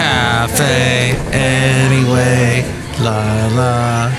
cafe anyway. La la.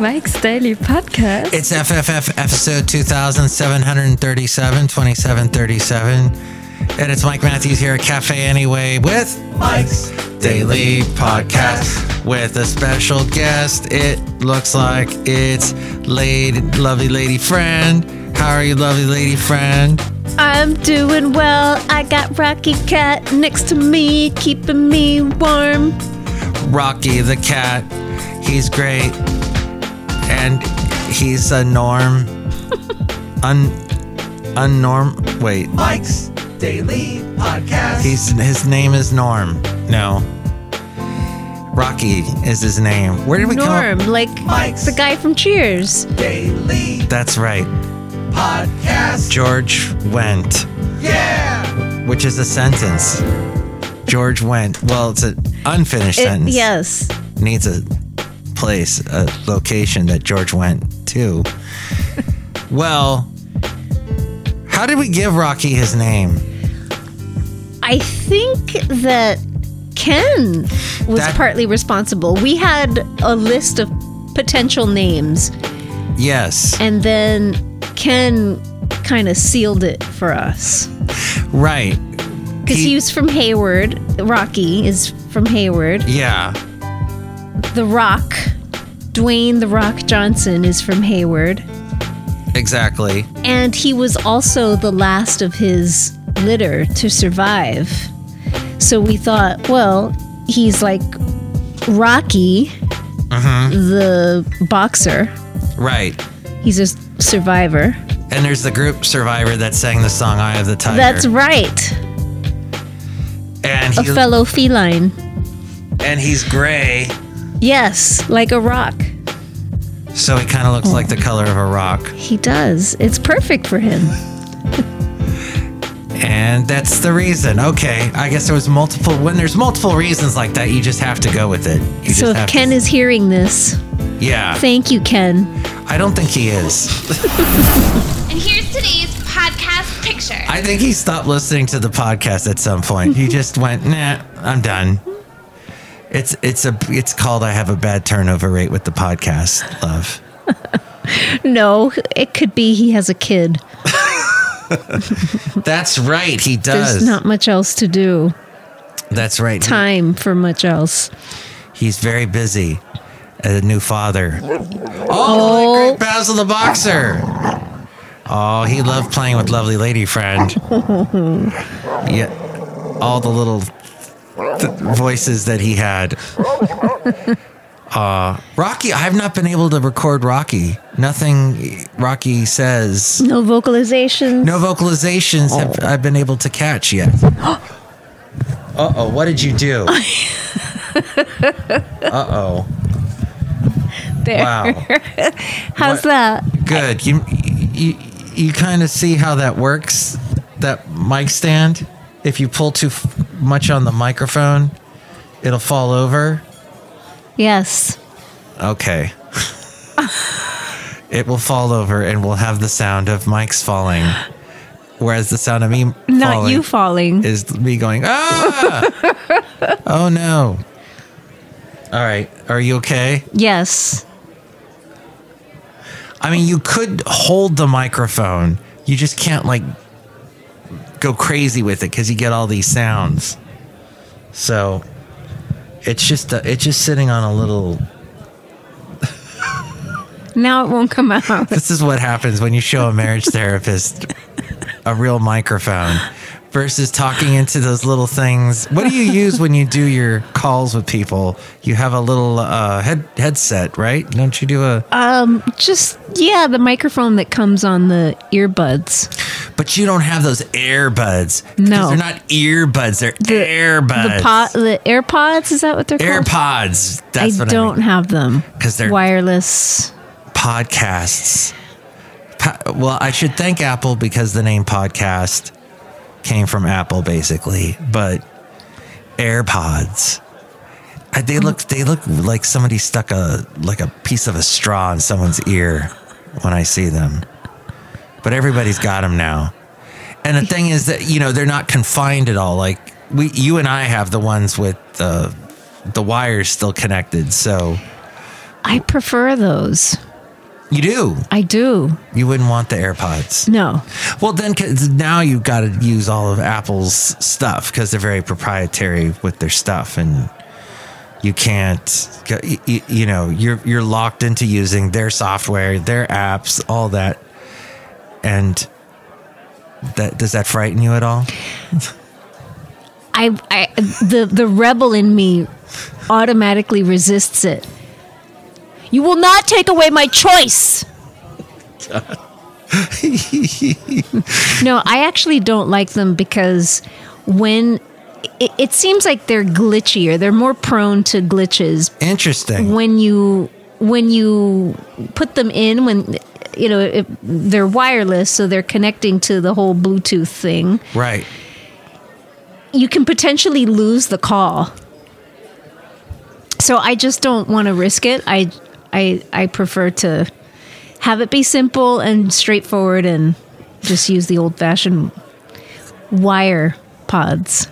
Mike's Daily Podcast. It's FFF episode 2737, 2737. And it's Mike Matthews here at Cafe Anyway with Mike's Daily Podcast with a special guest. It looks like it's lady, lovely lady friend. How are you, lovely lady friend? I'm doing well. I got Rocky Cat next to me, keeping me warm. Rocky the cat. He's great. And he's a norm. Un unnorm wait. Mike's Daily Podcast. He's his name is Norm. No. Rocky is his name. Where did we Norm, come up? like Mike's- the guy from Cheers. Daily. That's right. Podcast. George went. Yeah. Which is a sentence. George went. Well, it's an unfinished It- sentence. yes. needs a place, a location that George went to. well, how did we give Rocky his name? I think that Ken was That- partly responsible. We had a list of potential names, Yes, and then Ken kind of sealed it for us. right. Because He- he was from Hayward. Rocky is from Hayward. Yeah, The Rock, Dwayne The Rock Johnson is from Hayward. exactly. And he was also the last of his litter to survive. So we thought, well, he's like Rocky, Mm-hmm. the boxer. Right. He's a s- survivor. And there's the group Survivor that sang the song Eye of the Tiger. That's right. and A he, fellow feline. and he's gray, Yes, like a rock. so he kind of looks like the color of a rock. He does. It's perfect for him. And that's the reason. Okay, I guess there was multiple when there's multiple reasons like that, you just have to go with it. You So just if have Ken to, is hearing this, Yeah. thank you, Ken. I don't think he is. And here's today's podcast picture. I think he stopped listening to the podcast at some point. He just went, "Nah, I'm done." It's it's a it's called I have a bad turnover rate with the podcast, love. No, it could be he has a kid. That's right, he does. There's not much else to do. That's right. he- Time for much else. He's very busy. A new father. Oh, the great Basil the boxer. Oh, he loved playing with lovely lady friend. Yeah, all the little th- voices that he had. Uh, Rocky, I've not been able to record Rocky. Nothing Rocky says. No vocalizations. No vocalizations have Oh. I've been able to catch yet. uh oh, what did you do? uh oh. there. Wow. How's What? that? Good. You you you kind of see how that works. That mic stand. If you pull too f- much on the microphone, it'll fall over. Yes. Okay. it will fall over, and we'll have the sound of mics falling, whereas the sound of me Not falling you falling. is me going ah. oh no. All right. Are you okay? yes. I mean, you could hold the microphone. You just can't like go crazy with it because you get all these sounds. So it's just a, it's just sitting on a little. Now it won't come out. This is what happens when you show a marriage therapist a real microphone versus talking into those little things. What do you use when you do your calls with people? You have a little uh, head headset, right? Don't you do a? Just yeah, the microphone that comes on the earbuds. But you don't have those earbuds. 'Cause No. They're not earbuds, they're The airbuds. pot the AirPods, is that what they're called? AirPods. That's I what don't I mean. have them. 'Cause they're- wireless. podcasts. Po- well, I should thank Apple because the name podcast came from Apple basically, but AirPods. I- They look they look like somebody stuck a like a piece of a straw in someone's ear when I see them. But everybody's got them now. And the thing is that you know they're not confined at all. Like we, you and I have the ones with the the wires still connected. So I prefer those. you do. I do. You wouldn't want the AirPods. No. Well, then 'cause now you've got to use all of Apple's stuff because they're very proprietary with their stuff, and you can't, y- y- you know, you're you're locked into using their software, their apps, all that, and that does that frighten you at all? I, I the the rebel in me automatically resists it. You will not take away my choice. no, I actually don't like them because when it, it seems like they're glitchier, they're more prone to glitches Interesting. when you when you put them in when you know it, they're wireless so they're connecting to the whole bluetooth thing Right. you can potentially lose the call so i just don't want to risk it i i i prefer to have it be simple and straightforward and just use the old fashioned wire pods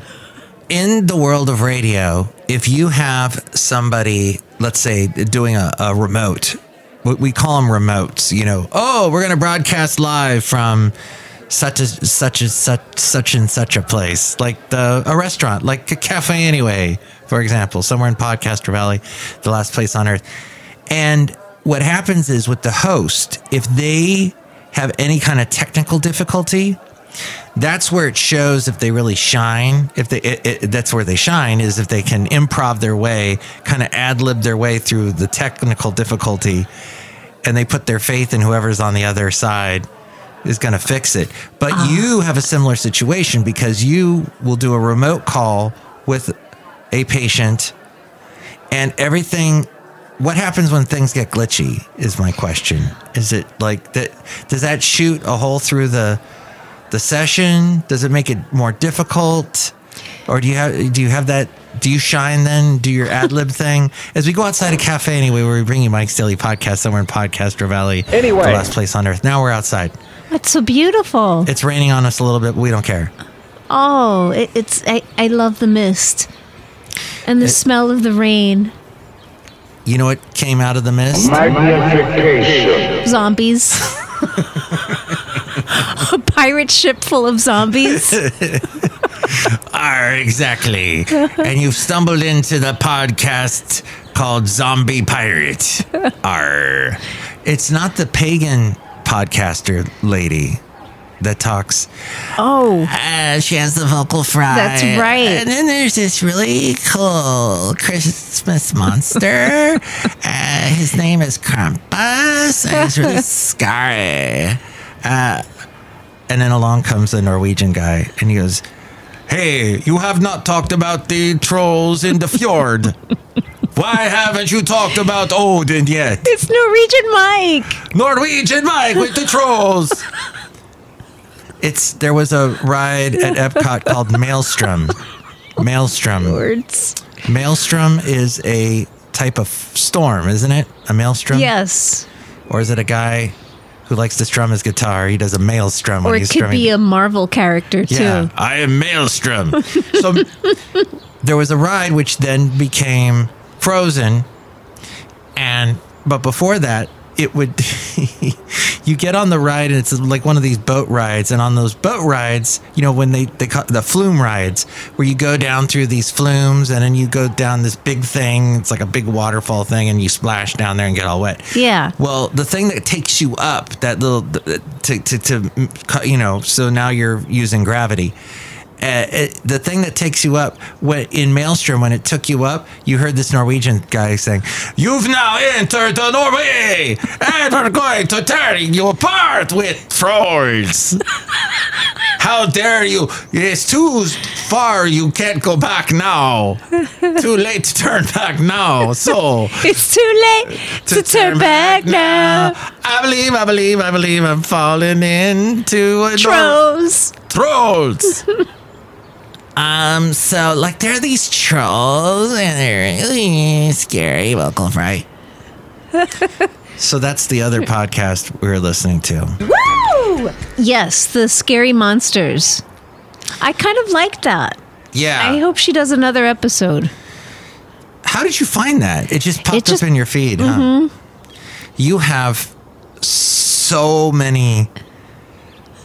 in the world of radio, if you have somebody, let's say, doing a, a remote, we- we call them remotes, you know, oh, we're going to broadcast live from such a such a such such and such a place like the a restaurant like a cafe anyway for example somewhere in podcaster valley the last place on earth and what happens is with the host if they have any kind of technical difficulty that's where it shows if they really shine. If they, it, it, that's where they shine is if they can improv their way, kind of ad lib their way through the technical difficulty, and they put their faith in whoever's on the other side is going to fix it. But you have a similar situation because you will do a remote call with a patient, and everything. What happens when things get glitchy? Is my question. Is it like that? Does that shoot a hole through the the session? Does it make it more difficult? Or do you have do you have that do you shine then? Do your ad lib thing? As we go outside a cafe anyway, where we bring you Mike's Daily Podcast somewhere in Podcaster Valley. Anyway. The last place on earth. Now we're outside. that's so beautiful It's raining on us a little bit, but we don't care. Oh, it, it's I, I love the mist and the smell of the rain. You know what came out of the mist? Magnification. Zombies. A pirate ship full of zombies. Are Ah, exactly. and you've stumbled into the podcast called Zombie Pirate. Arr. It's not the pagan podcaster lady that talks. Oh, Uh, she has the vocal fry. That's right. And then there's this really cool Christmas monster. uh, his name is Krampus. And he's really scary. Uh, and then along comes a Norwegian guy and he goes, Hey, you have not talked about the trolls in the fjord. Why haven't you talked about Odin yet? it's Norwegian Mike. Norwegian Mike with the trolls. It's there was a ride at Epcot called Maelstrom. Maelstrom. Words. Maelstrom is a type of storm, isn't it? A maelstrom? Yes. Or is it a guy who likes to strum his guitar? He does a maelstrom Or when it he's could strumming. be a Marvel character too. Yeah, I am Maelstrom. so there was a ride which then became Frozen, and but before that, it would you get on the ride and it's like one of these boat rides, and on those boat rides, you know when they they call the flume rides where you go down through these flumes and then you go down this big thing. It's like a big waterfall thing, and you splash down there and get all wet. Yeah. Well, the thing that takes you up, that little, to, to, to you know, so now you're using gravity. Uh, it, the thing that takes you up when, in Maelstrom, when it took you up, you heard this Norwegian guy saying, You've now entered the Norway, and we're going to tear you apart with trolls. How dare you? It's too far, you can't go back now. too late to turn back now. So It's too late to, turn back now. I believe, I believe, I believe I'm falling into a Trolls. trolls. um, so like there are these trolls and they're really scary. Welcome, right? so that's the other podcast we were listening to. Woo! Ooh, yes, the scary monsters. I kind of like that. I Yeah. hope she does another episode. How did you find that? It just popped just- up in your feed, huh? You have so many.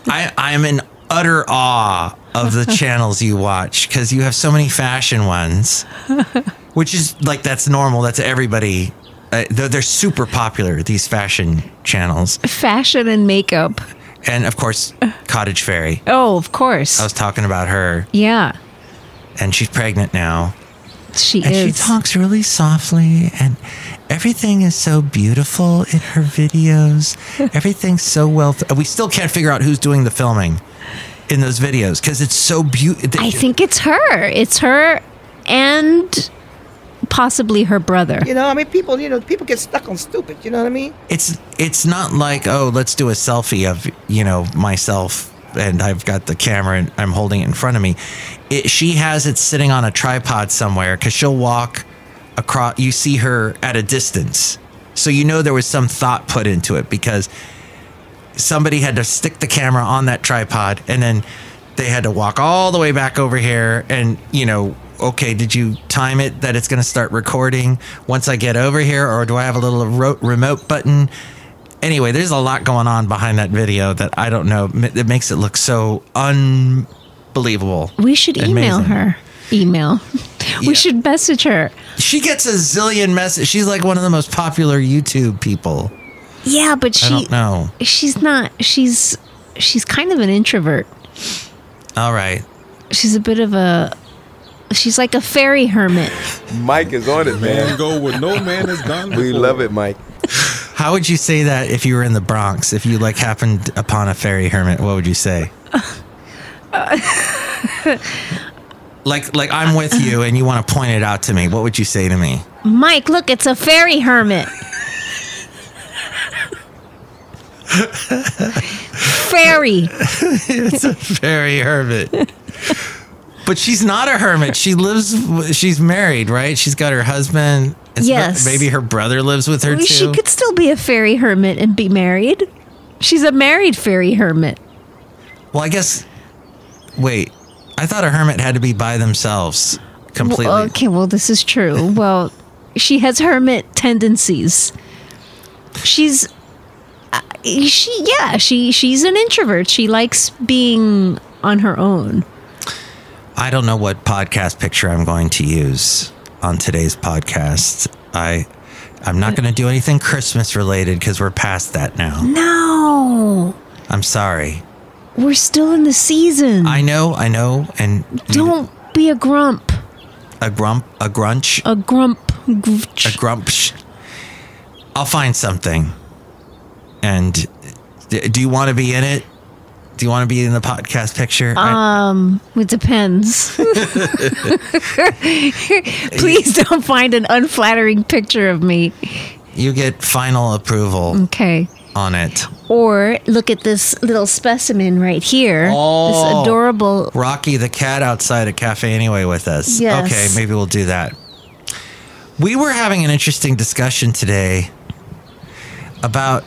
I I'm in utter awe of the channels you watch because you have so many fashion ones, which is like that's normal. That's everybody. Uh, they're, they're super popular these fashion channels, Fashion and makeup. and of course, Cottage Fairy. Oh, of course. I was talking about her, yeah, and she's pregnant now. she And is. she talks really softly, and everything is so beautiful in her videos. Everything's so well. We still can't figure out who's doing the filming in those videos because it's so beautiful. I think it's her. It's her and possibly her brother. You know, I mean, people, you know, people get stuck on stupid. You know what I mean? it's it's not like oh, let's do a selfie of you know myself. And I've got the camera and I'm holding it in front of me. It, she has it sitting on a tripod somewhere because she'll walk across. You see her at a distance. So you know there was some thought put into it because somebody had to stick the camera on that tripod and then they had to walk all the way back over here and you know okay did you time it that it's going to start recording once i get over here or do i have a little ro- remote button anyway there's a lot going on behind that video that i don't know m- that makes it look so unbelievable We should email Amazing. her. Email. Yeah. We should message her. she gets a zillion messages she's like one of the most popular youtube people Yeah, but she i don't know she's not she's she's kind of an introvert. all right She's a bit of a she's like a fairy hermit. Mike is on it, Man, man. go with no man has done. We before. love it, Mike. How would you say that if you were in the Bronx? If you like happened upon a fairy hermit, what would you say? like like I'm with you and you want to point it out to me. What would you say to me? Mike, look, it's a fairy hermit. fairy. Fairy hermit. But she's not a hermit. She lives w- she's married, right? She's got her husband. It's Yes. Maybe her brother lives with her too. She could still be a fairy hermit and be married. She's a married fairy hermit. well, I guess wait. I thought a hermit had to be by themselves completely. Well, uh, okay, well, this is true. Well, she has hermit tendencies. She's uh, she yeah she she's an introvert. She likes being on her own. I don't know what podcast picture I'm going to use on today's podcast. I I'm not going to do anything Christmas related cuz we're past that now. No, I'm sorry. we're still in the season. I know, I know and Don't be a grump. a grump a grunch A grump. a Grunch. grump. I'll find something. And d- do you want to be in it? Do you want to be in the podcast picture? I- It depends. Please don't find an unflattering picture of me. you get final approval Okay. on it. Or look at this little specimen right here. Oh. This adorable. Rocky the cat outside a cafe anyway with us. Yes. Okay, maybe we'll do that. We were having an interesting discussion today about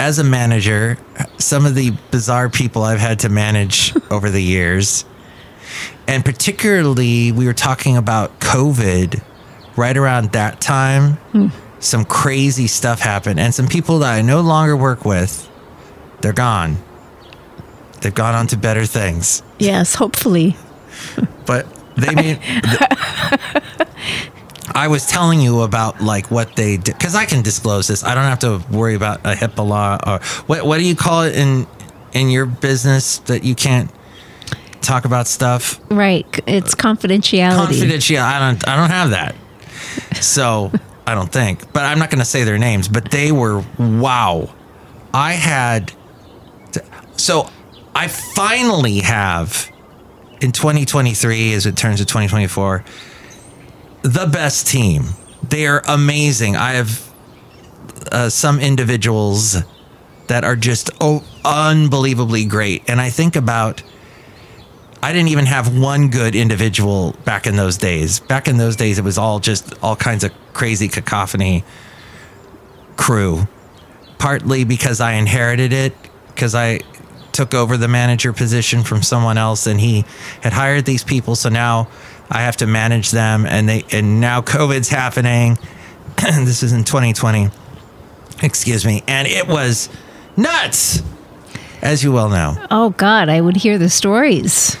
as a manager, some of the bizarre people I've had to manage over the years. And particularly we were talking about COVID right around that time. Some crazy stuff happened and some people that I no longer work with, they're gone. They've gone on to better things Yes, hopefully. but they mean. I was telling you about like what they did because I can disclose this. I don't have to worry about a HIPAA law or what. What do you call it in in your business that you can't talk about stuff? Right. c- It's confidentiality. Confidential. I don't. I don't have that. So I don't think. But I'm not going to say their names. But they were wow. I had. So I finally have in 2023, as it turns to 2024, the best team. They are amazing. I have uh, some individuals that are just oh, unbelievably great. And I think about I didn't even have one good individual back in those days. Back in those days, it was all just all kinds of crazy cacophony crew. Partly because I inherited it, because I took over the manager position from someone else, and he had hired these people. So now I have to manage them, and they and now COVID's happening. this is in 2020. Excuse me, and it was nuts, as you well know. Oh God, I would hear the stories.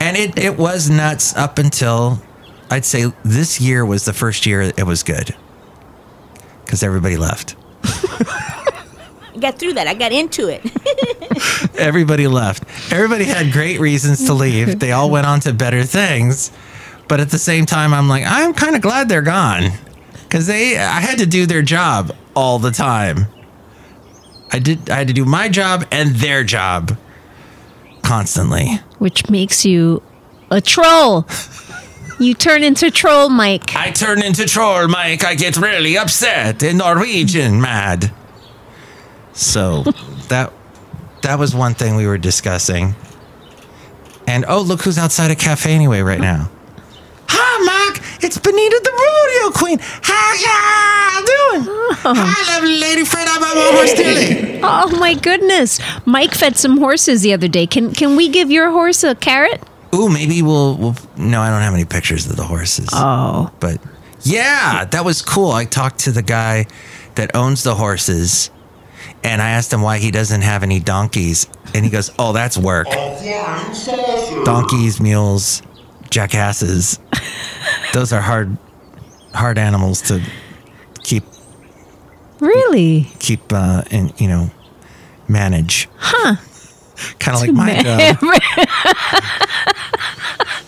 And it, it was nuts up until I'd say this year was the first year it was good because everybody left. I got through that. I got into it. Everybody left. Everybody had great reasons to leave. They all went on to better things. But at the same time, I'm like, I'm kind of glad they're gone because they, I had to do their job all the time. I did, I had to do my job and their job constantly. which makes you a troll. you turn into troll Mike. I turn into troll, Mike. I get really upset and Norwegian mad. So that that was one thing we were discussing. And oh, look who's outside a cafe anyway right now. Hi, Mike. It's Benita the rodeo queen. How y'all doing? Hi, lovely lady friend. I'm a horse dealer. Oh my goodness. Mike fed some horses the other day. Can can we give your horse a carrot? Ooh, maybe we'll, we'll. No, I don't have any pictures of the horses. Oh. But yeah, that was cool. I talked to the guy that owns the horses and I asked him why he doesn't have any donkeys. And he goes, Oh, that's work. Donkeys, mules, jackasses. Those are hard hard animals to keep Really? keep uh and you know manage. Huh. Kind of like my job. uh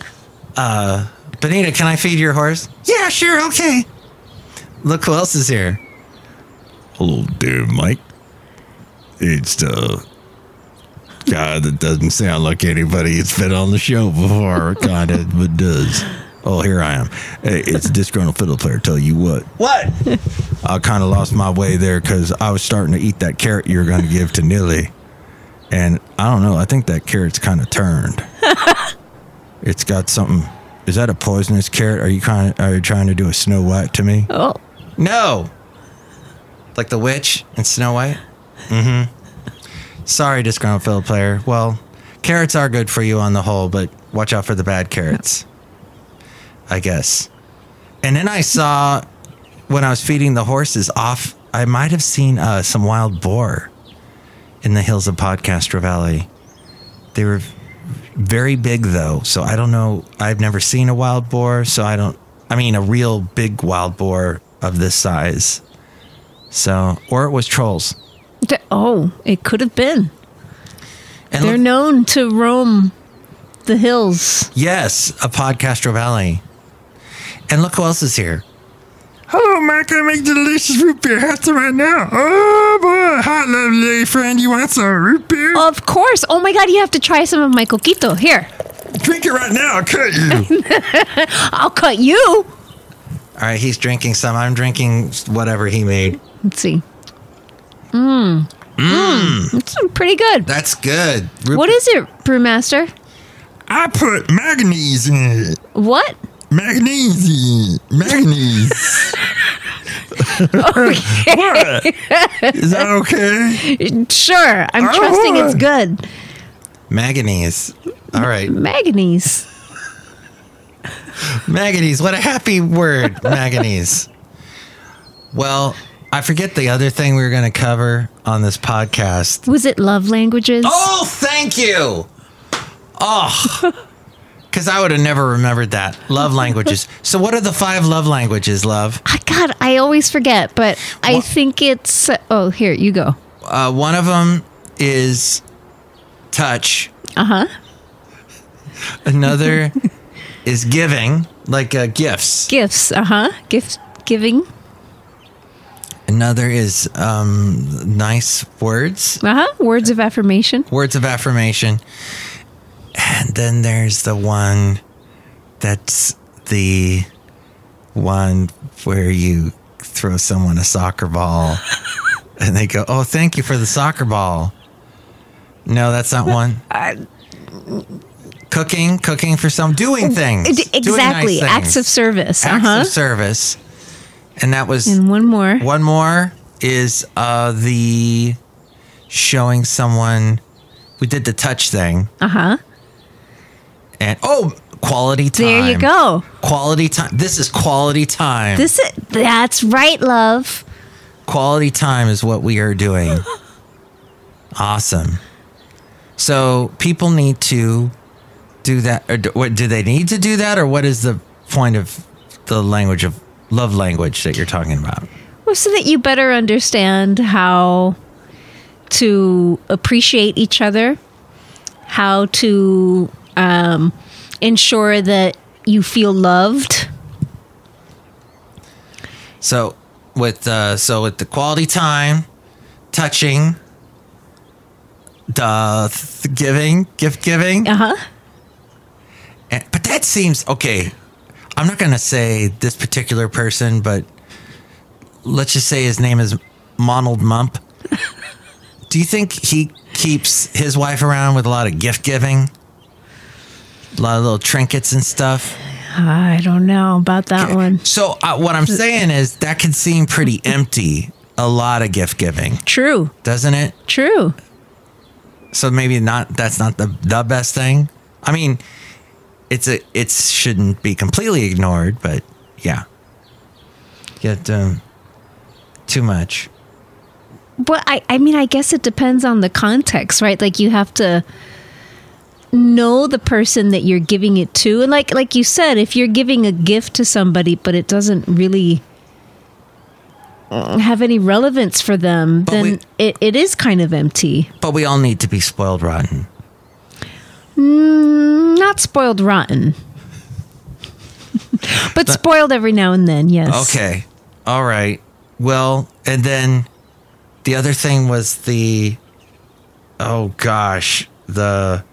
Uh, Benita, can I feed your horse? Yeah, sure, okay. Look who else is here. Hello there, Mike. It's the guy that doesn't sound like anybody that's been on the show before, kind of, but does. Oh, here I am. Hey, it's a disgruntled fiddle player. Tell you what. What? I kind of lost my way there because I was starting to eat that carrot you were going to give to Nilly. And I don't know. I think that carrot's kind of turned. it's got something. Is that a poisonous carrot? Are you, kind are you trying to do a Snow White to me? Oh. No. Like the witch in Snow White? Mm-hmm. Sorry, disgruntled fiddle player. Well, carrots are good for you on the whole, but watch out for the bad carrots. I guess. And then I saw when I was feeding the horses off, I might have seen uh, some wild boar in the hills of Podcastro Valley. They were very big though, so I don't know. I've never seen a wild boar, so I don't. I mean, a real big wild boar of this size. So, or it was trolls. D- Oh, it could have been. And They're look- known to roam the hills. yes, a Podcastro Valley. And look who else is here. Hello, Mike. I make delicious root beer. How's it right now? Oh, boy. Hot, lovely lady friend. You want some root beer? Of course. Oh my god, you have to try some of my coquito. Here. Drink it right now. I'll cut you. I'll cut you. All right, he's drinking some. I'm drinking whatever he made. Let's see. Mmm. Mmm. It's pretty good. That's good. Root- What is it, brewmaster? I put manganese in it. What? Magnesium. Manganese. what? Is that okay? Sure, I'm Oh. trusting it's good. Manganese. All right. Manganese. Manganese. What a happy word, manganese. Well, I forget the other thing we were going to cover on this podcast. Was it love languages? Oh, thank you. Oh, because I would have never remembered that. Love languages. So, what are the five love languages, love? Ah, God, I always forget, but I Wha- think it's. Oh, here, you go. Uh, one of them is touch, Uh huh. another is giving, like uh, gifts. Gifts. Uh huh. Gift giving. Another is um, nice words, Uh huh. Words of affirmation. words of affirmation. And then there's the one that's the one where you throw someone a soccer ball and they go, Oh, thank you for the soccer ball. No, that's not one. cooking, cooking for some, doing things. D- doing nice exactly. Acts things. of service. Uh Acts huh. of service. And that was And one more. one more is uh, the showing someone we did the touch thing, Uh huh. and oh, quality time. There you go. Quality time. This is quality time. This is, that's right, love. quality time is what we are doing. awesome. So people need to do that. Or do, what, do they need to do that, or what is the point of the language of love language that you're talking about? Well, so that you better understand how to appreciate each other, how to um, ensure that you feel loved. So with uh, so with the quality time, touching, the th- giving, gift giving. Uh huh. And, but that seems okay. I'm not going to say this particular person, but let's just say his name is Monald Mump. Do you think he keeps his wife around with a lot of gift giving? A lot of little trinkets and stuff. I don't know about that one. So, uh, what I'm saying is that can seem pretty empty, a lot of gift giving, True. doesn't it? True. so maybe not that's not the the best thing i mean it's a it shouldn't be completely ignored but yeah get um too much Well, I, I mean, I guess it depends on the context, right? Like you have to know the person that you're giving it to, and like like you said, if you're giving a gift to somebody, but it doesn't really have any relevance for them, Mm. But then we- it, it is kind of empty. but we all need to be spoiled rotten Mm, Not spoiled rotten, but spoiled every now and then. Yes. okay all right well and then the other thing was the oh gosh the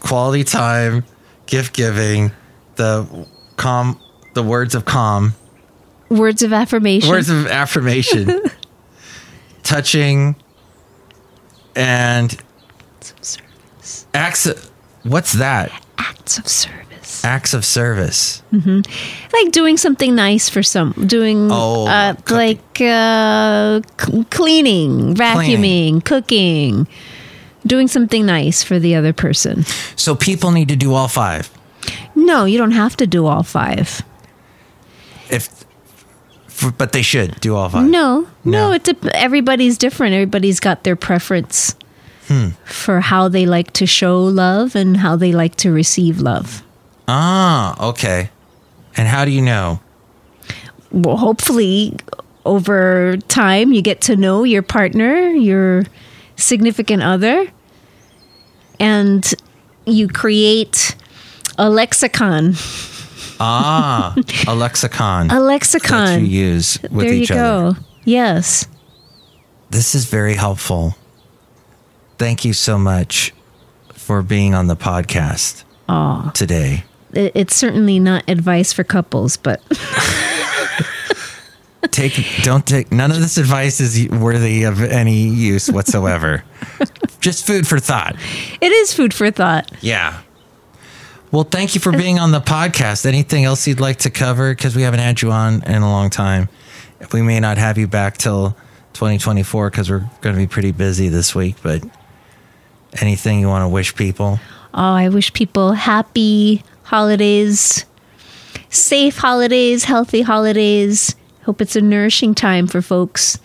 quality time gift giving the calm the words of calm Words of affirmation. words of affirmation, touching, and acts. What's that? acts of service. Acts of service. like doing something nice for some doing Oh, uh, cooking. like uh, cl- cleaning vacuuming cooking doing something nice for the other person So people need to do all five. no you don't have to do all five If, f but they should do all five. no no, No. it's a, everybody's different everybody's got their preference Hmm. for how they like to show love and how they like to receive love Ah, okay. And how do you know? well, hopefully over time you get to know your partner, your significant other, and you create a lexicon. Ah, a lexicon that you A lexicon. use with there you each other. go. Yes. This is very helpful. Thank you so much for being on the podcast today. I- It's certainly not advice for couples, but take don't take none of this advice is worthy of any use whatsoever just food for thought it is food for thought. yeah well thank you for being on the podcast anything else you'd like to cover because we haven't had you on in a long time we may not have you back till 2024 because we're going to be pretty busy this week but anything you want to wish people Oh, I wish people happy holidays, safe holidays, healthy holidays. Hope it's a nourishing time for folks.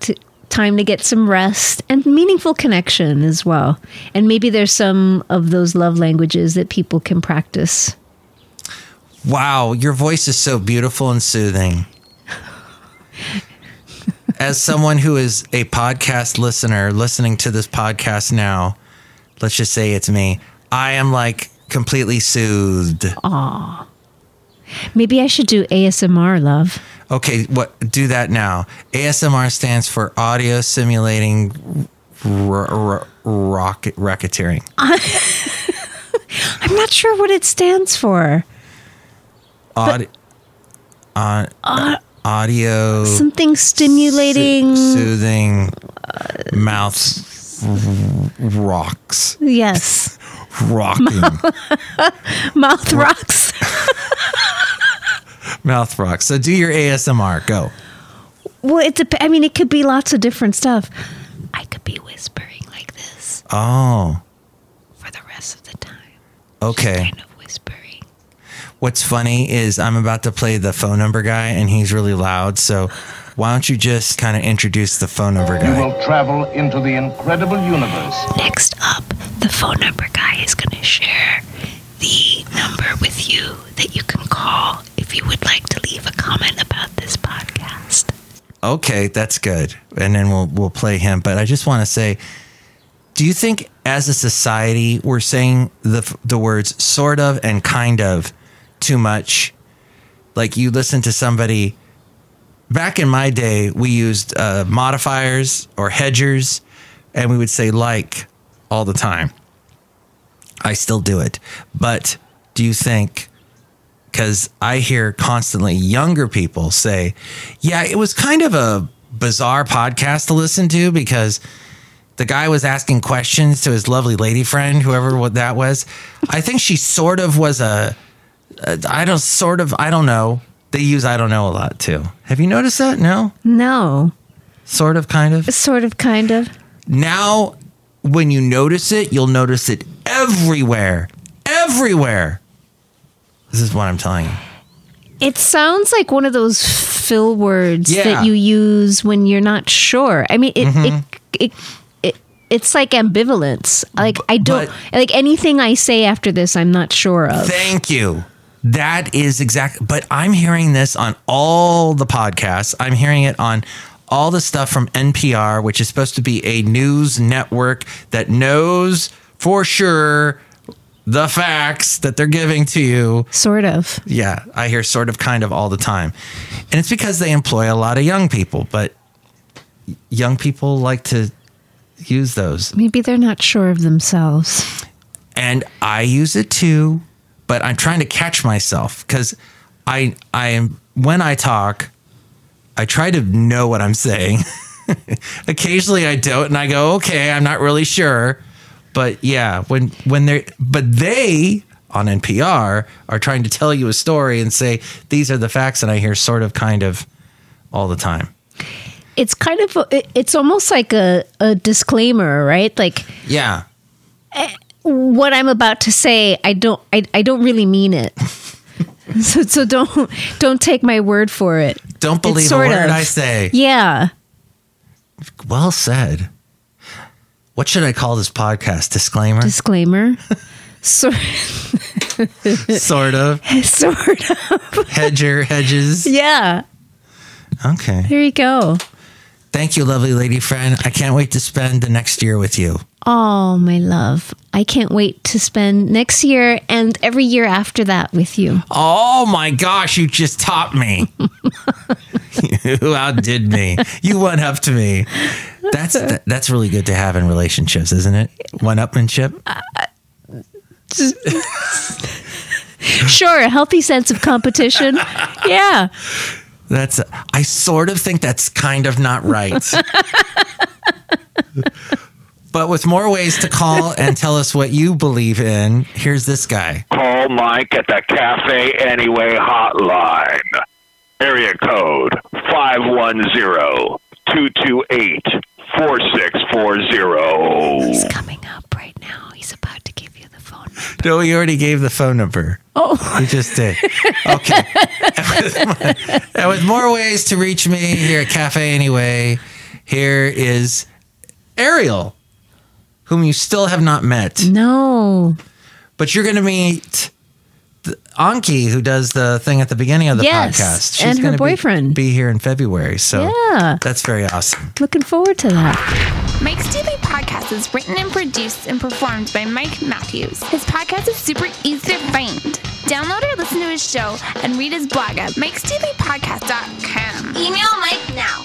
To, time to get some rest and meaningful connection as well. And maybe there's some of those love languages that people can practice. Wow, your voice is so beautiful and soothing. As someone who is a podcast listener listening to this podcast now, let's just say it's me. I am like completely soothed. Maybe I should do ASMR love. Okay, what do that now. ASMR stands for audio simulating r- r- rocket racketeering. I'm not sure what it stands for. Aud- on- audio Something stimulating. Soo- soothing mouth r- rocks yes. rocking Mouth rocks. mouth rocks so do your asmr go Well, it dep- I mean, it could be lots of different stuff. I could be whispering like this. Oh, for the rest of the time. okay. Kind of whispering. What's funny is I'm about to play the phone number guy, and he's really loud. So why don't you just kind of introduce the phone number You guy? will travel into the incredible universe. Next up, the phone number guy is going to share the number with you that you can call if you would like to leave a comment about this podcast. Okay, that's good. And then we'll we'll play him. But I just want to say, do you think as a society we're saying the f- the words sort of and kind of too much? Like you listen to somebody. Back in my day, we used uh, modifiers or hedgers, and we would say like all the time. I still do it, but do you think? because I hear constantly younger people say, yeah, it was kind of a bizarre podcast to listen to because the guy was asking questions to his lovely lady friend, whoever what that was. I think she sort of was a, a I don't sort of, I don't know. They use I don't know a lot too. Have you noticed that? No? No, Sort of, kind of? sort of, kind of. Now, when you notice it, you'll notice it everywhere. Everywhere. This is what I'm telling you. It sounds like one of those fill words Yeah. Mm-hmm. that you use when you're not sure. I mean, it it, it it it's like ambivalence. Like I don't but- like anything I say after this. I'm not sure of. Thank you. That is exact. But I'm hearing this on all the podcasts. I'm hearing it on all the stuff from NPR, which is supposed to be a news network that knows for sure the facts that they're giving to you. sort of. Yeah, I hear sort of kind of all the time. And it's because they employ a lot of young people, but young people like to use those. Maybe they're not sure of themselves. and I use it too, but I'm trying to catch myself because I I am when I talk, I try to know what I'm saying. Occasionally I don't, and I go, okay, I'm not really sure, but yeah, when when they're but they on NPR are trying to tell you a story and say these are the facts, and I hear sort of kind of all the time. It's kind of it- it's almost like a, a disclaimer, right? Like Yeah, what I'm about to say, I don't I, I don't really mean it. so so don't don't take my word for it. don't believe a sort word of- I say. Yeah. Well said. What should I call this podcast? Disclaimer. Disclaimer. sort sort of sort of. hedger hedges Yeah. okay There you go. thank you lovely lady friend i can't wait to spend the next year with you Oh, my love. I can't wait to spend next year and every year after that with you. oh my gosh you just topped me you outdid me you went up to me that's that, that's really good to have in relationships isn't it one upmanship Oh, Sure, a healthy sense of competition. yeah. that's i sort of think that's kind of not right but with more ways to call and tell us what you believe in here's this guy Call Mike at the Cafe Anyway hotline. Area code 510-228-4640. He's coming up right now. He's about to give you the phone. no he already gave the phone number Oh, You just did. Okay. and with more ways to reach me here at Cafe Anyway, here is Ariel, whom you still have not met, no. but you're going to meet the- Anki, who does the thing at the beginning of the Yes, podcast. and her gonna be- boyfriend. Be, here in February. So Yeah. that's very awesome. Looking forward to that. Mike's Daily Podcast is written and produced and performed by Mike Matthews. His podcast is super easy to find. Download or listen to his show and read his blog at mikesdailypodcast.com. Email Mike now